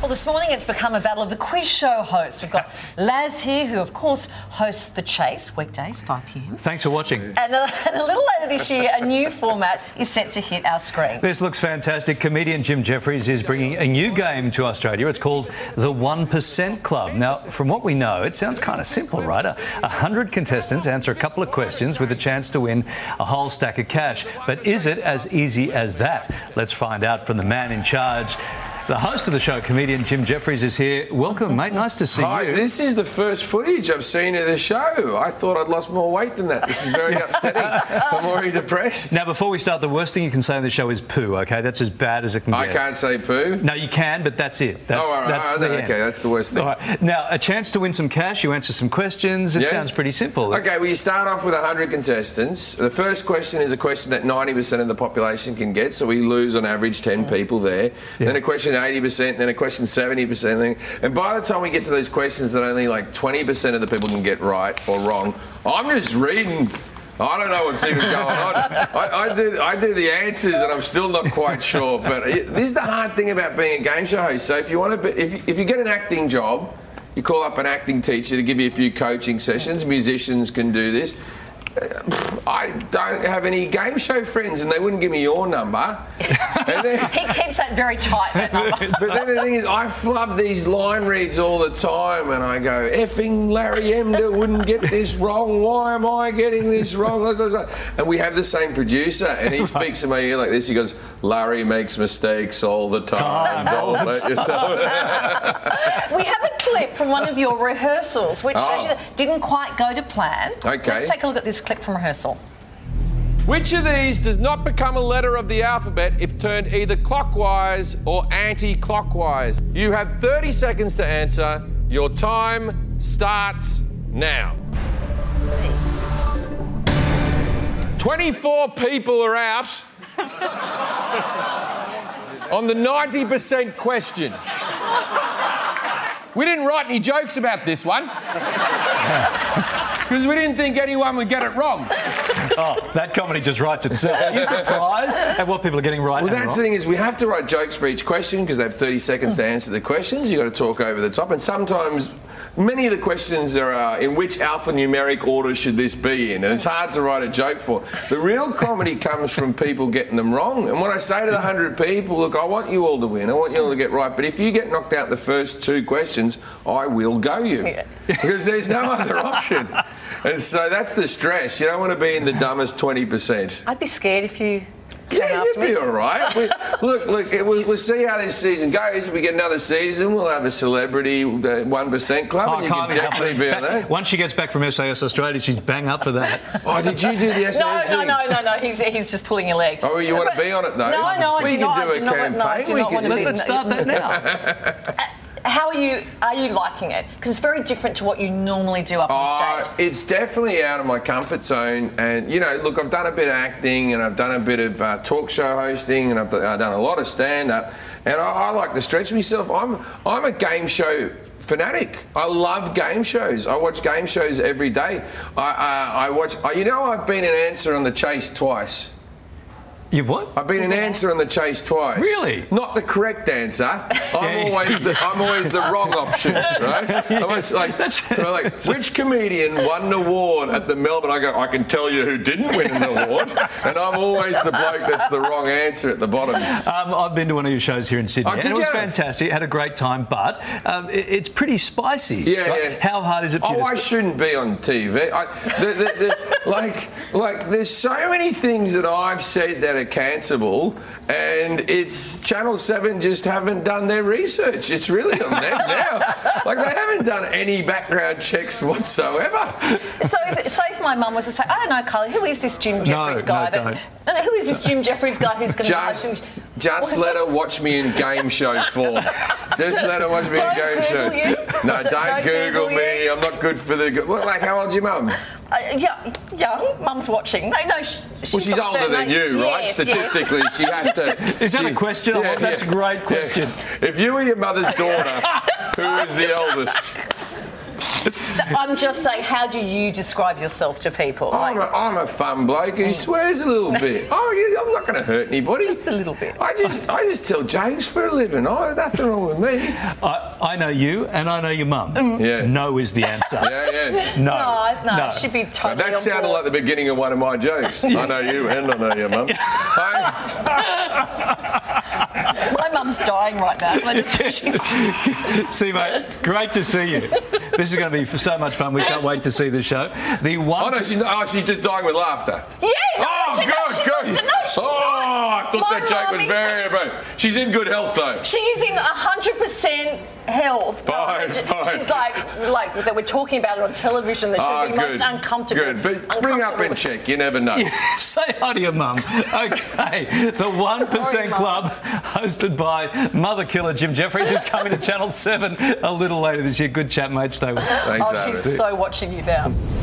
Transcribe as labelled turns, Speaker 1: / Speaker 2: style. Speaker 1: Well, this morning it's become a battle of the quiz show hosts. We've got Laz here, who of course hosts The Chase weekdays, 5 p.m.
Speaker 2: Thanks for watching.
Speaker 1: And a, and a little later this year, a new format is set to hit our screens.
Speaker 2: This looks fantastic. Comedian Jim Jeffries is bringing a new game to Australia. It's called the 1% Club. Now, from what we know, it sounds kind of simple, right? A 100 contestants answer a couple of questions with a chance to win a whole stack of cash. But is it as easy as that? Let's find out from the man in charge. The host of the show, comedian Jim Jeffries, is here. Welcome, mate. Nice to see
Speaker 3: Hi,
Speaker 2: you.
Speaker 3: this is the first footage I've seen of the show. I thought I'd lost more weight than that. This is very upsetting. I'm already depressed.
Speaker 2: Now, before we start, the worst thing you can say on the show is poo, okay? That's as bad as it can
Speaker 3: I
Speaker 2: get.
Speaker 3: can't say poo.
Speaker 2: No, you can, but that's it. That's,
Speaker 3: Oh, all right,
Speaker 2: that's
Speaker 3: all right,
Speaker 2: the
Speaker 3: okay,
Speaker 2: end.
Speaker 3: that's the worst thing.
Speaker 2: All right. Now, a chance to win some cash. You answer some questions. It
Speaker 3: Yeah.
Speaker 2: sounds pretty simple.
Speaker 3: Okay, well, you start off with 100 contestants. The first question is a question that 90% of the population can get, so we lose on average 10 people there. Then a question 80%, then a question 70%. Then, and by the time we get to those questions that only like 20% of the people can get right or wrong, I'm just reading. I don't know what's even going on. I, I, do, I do the answers and I'm still not quite sure. But it, this is the hard thing about being a game show host. So if you want to, be, if, you- if you get an acting job, you call up an acting teacher to give you a few coaching sessions. Musicians can do this. Uh, I don't have any game show friends, and they wouldn't give me your number. And then-
Speaker 1: He keeps that very tight, that number.
Speaker 3: but then the thing is, I flub these line reads all the time, and I go, effing Larry Emder wouldn't get this wrong. Why am I getting this wrong? And we have the same producer, and he speaks in my ear like this. He goes, Larry makes mistakes all the time. Don't let yourself.
Speaker 1: We have a clip from one of your rehearsals, which
Speaker 3: Oh.
Speaker 1: as you said, didn't quite go to plan.
Speaker 3: Okay.
Speaker 1: Let's take a look at this clip from rehearsal.
Speaker 4: Which of these does not become a letter of the alphabet if turned either clockwise or anti clockwise? You have 30 seconds to answer. Your time starts now. 24 people are out on the 90% question. We didn't write any jokes about this one because we didn't think anyone would get it wrong.
Speaker 2: Oh, that comedy just writes itself. Are you surprised at what people are getting right
Speaker 3: Well,
Speaker 2: and
Speaker 3: that's the
Speaker 2: wrong?
Speaker 3: thing is we have to write jokes for each question because they have 30 seconds to answer the questions. You've got to talk over the top, and sometimes many of the questions are uh, in which alphanumeric order should this be in, and it's hard to write a joke for. The real comedy comes from people getting them wrong. And when I say to the hundred people, look, I want you all to win. I want you all to get right. But if you get knocked out the first two questions, I will go you
Speaker 1: Yeah.
Speaker 3: because there's no other option. And so that's the stress. You don't want to be in the dumbest 20%.
Speaker 1: I'd be scared if you came
Speaker 3: Yeah,
Speaker 1: after
Speaker 3: you'd
Speaker 1: me.
Speaker 3: be all right. We, look, look, it, we'll, we'll see how this season goes. If we get another season, we'll have a celebrity uh, one percent
Speaker 1: Oh,
Speaker 3: club, and you can
Speaker 2: Kylie's Oh, up
Speaker 3: definitely be on that.
Speaker 2: Once she gets back from SAS Australia, she's bang up for that.
Speaker 3: Oh, did you do the
Speaker 1: No,
Speaker 3: SNS?
Speaker 1: no, no, no, no. He's, he's just pulling your leg.
Speaker 3: Oh, you want to be on it though?
Speaker 1: No, no, I
Speaker 3: we
Speaker 1: do
Speaker 3: can
Speaker 1: not.
Speaker 3: Do
Speaker 1: I do
Speaker 3: a
Speaker 1: not want-
Speaker 3: campaign.
Speaker 1: no, I do not
Speaker 3: We
Speaker 1: want to
Speaker 3: can-
Speaker 1: be-
Speaker 2: Let's start that now.
Speaker 1: How are you? Are you liking it? Because it's very different to what you normally do up on
Speaker 3: Uh,
Speaker 1: stage.
Speaker 3: it's definitely out of my comfort zone. And, you know, look, I've done a bit of acting and I've done a bit of uh, talk show hosting and I've, I've done a lot of stand up. And I, I like to stretch myself. I'm, I'm a game show fanatic. I love game shows. I watch game shows every day. I, uh, I, I watch, I, you know, I've been an answer on The Chase twice.
Speaker 2: You've what?
Speaker 3: I've been an answer on the chase twice.
Speaker 2: Really?
Speaker 3: Not the correct answer.
Speaker 2: Yeah.
Speaker 3: I'm always the I'm always the wrong option, right? I'm always like, I'm like, which comedian won an award at the Melbourne? I go, I can tell you who didn't win an award, and I'm always the bloke that's the wrong answer at the bottom.
Speaker 2: Um, I've been to one of your shows here in Sydney.
Speaker 3: Oh,
Speaker 2: and
Speaker 3: did
Speaker 2: it was
Speaker 3: you?
Speaker 2: fantastic. Had a great time, but um, it- it's pretty spicy.
Speaker 3: Yeah,
Speaker 2: right?
Speaker 3: yeah.
Speaker 2: How hard is it for
Speaker 3: Oh,
Speaker 2: you?
Speaker 3: I
Speaker 2: to...
Speaker 3: shouldn't be on TV. I, the, the, the, like, like, there's so many things that I've said that are cancelable, and it's Channel Seven just haven't done their research. It's really on them now. Like, they haven't done any background checks whatsoever.
Speaker 1: so, if, so if my mum was to say, I don't know, Carly, who is this Jim Jeffries
Speaker 2: no,
Speaker 1: guy?
Speaker 2: don't.
Speaker 1: that, no, no, who is this Jim Jeffries guy who's going to
Speaker 3: Just, just let her watch me in game show form. Just let her watch me
Speaker 1: Don't
Speaker 3: in game
Speaker 1: Google
Speaker 3: show.
Speaker 1: you.
Speaker 3: No,
Speaker 1: D-
Speaker 3: don't,
Speaker 1: don't
Speaker 3: Google,
Speaker 1: Google
Speaker 3: me.
Speaker 1: you.
Speaker 3: I'm not good for the. Well, like, how old's your mum?
Speaker 1: Uh, young, young, mum's watching. They know she, she's
Speaker 3: Well, she's
Speaker 1: of a
Speaker 3: older
Speaker 1: certain
Speaker 3: than
Speaker 1: age.
Speaker 3: you, right?
Speaker 1: Yes, yes.
Speaker 3: Statistically, she has to.
Speaker 2: Is that
Speaker 3: she-
Speaker 2: a question? I want- that's a great question.
Speaker 3: If you were your mother's daughter, who is the eldest?
Speaker 1: I'm just saying, how do you describe yourself to people?
Speaker 3: I'm a, I'm a fun bloke who swears a little bit. Oh, yeah, I'm not going to hurt anybody.
Speaker 1: Just a little bit.
Speaker 3: I just, I just tell jokes for a living. Oh, nothing wrong with me.
Speaker 2: I, I know you and I know your mum.
Speaker 3: Mm. Yeah.
Speaker 2: No is the answer.
Speaker 3: Yeah, yeah.
Speaker 2: No.
Speaker 1: no, no, it should be
Speaker 3: Now,
Speaker 1: totally.
Speaker 3: that
Speaker 1: on
Speaker 3: sounded like
Speaker 1: board.
Speaker 3: the beginning of one of my jokes. I know you and I know your mum. I-
Speaker 1: My mum's dying right now. Can I just-
Speaker 2: See, mate, great to see you. This is going to be so much fun. We can't wait to see the show. The one.
Speaker 3: oh, no, she's, oh, she's just dying with laughter.
Speaker 1: Yeah, no,
Speaker 3: oh,
Speaker 1: she- no,
Speaker 3: God,
Speaker 1: she's
Speaker 3: God.
Speaker 1: not- no, she's
Speaker 3: oh, I thought
Speaker 1: My
Speaker 3: that joke
Speaker 1: mum
Speaker 3: was
Speaker 1: is-
Speaker 3: very abrupt. She's in good health, though.
Speaker 1: She's in 100% health.
Speaker 3: Fine, fine.
Speaker 1: She's like, like that we're talking about her on television. That
Speaker 3: Ah,
Speaker 1: she's the most uncomfortable.
Speaker 3: Good, but bring up and
Speaker 1: uncomfortable. Oh,
Speaker 3: check. You never know.
Speaker 2: Say hi to your mum. Okay, the One
Speaker 1: Sorry,
Speaker 2: Percent
Speaker 1: Mum.
Speaker 2: Club, hosted by Mother Killer Jim Jeffries, is coming to Channel Seven a little later this year. Good chat, mate. Stay with us.
Speaker 3: Thanks,
Speaker 1: Oh,
Speaker 3: David.
Speaker 1: she's so watching you now.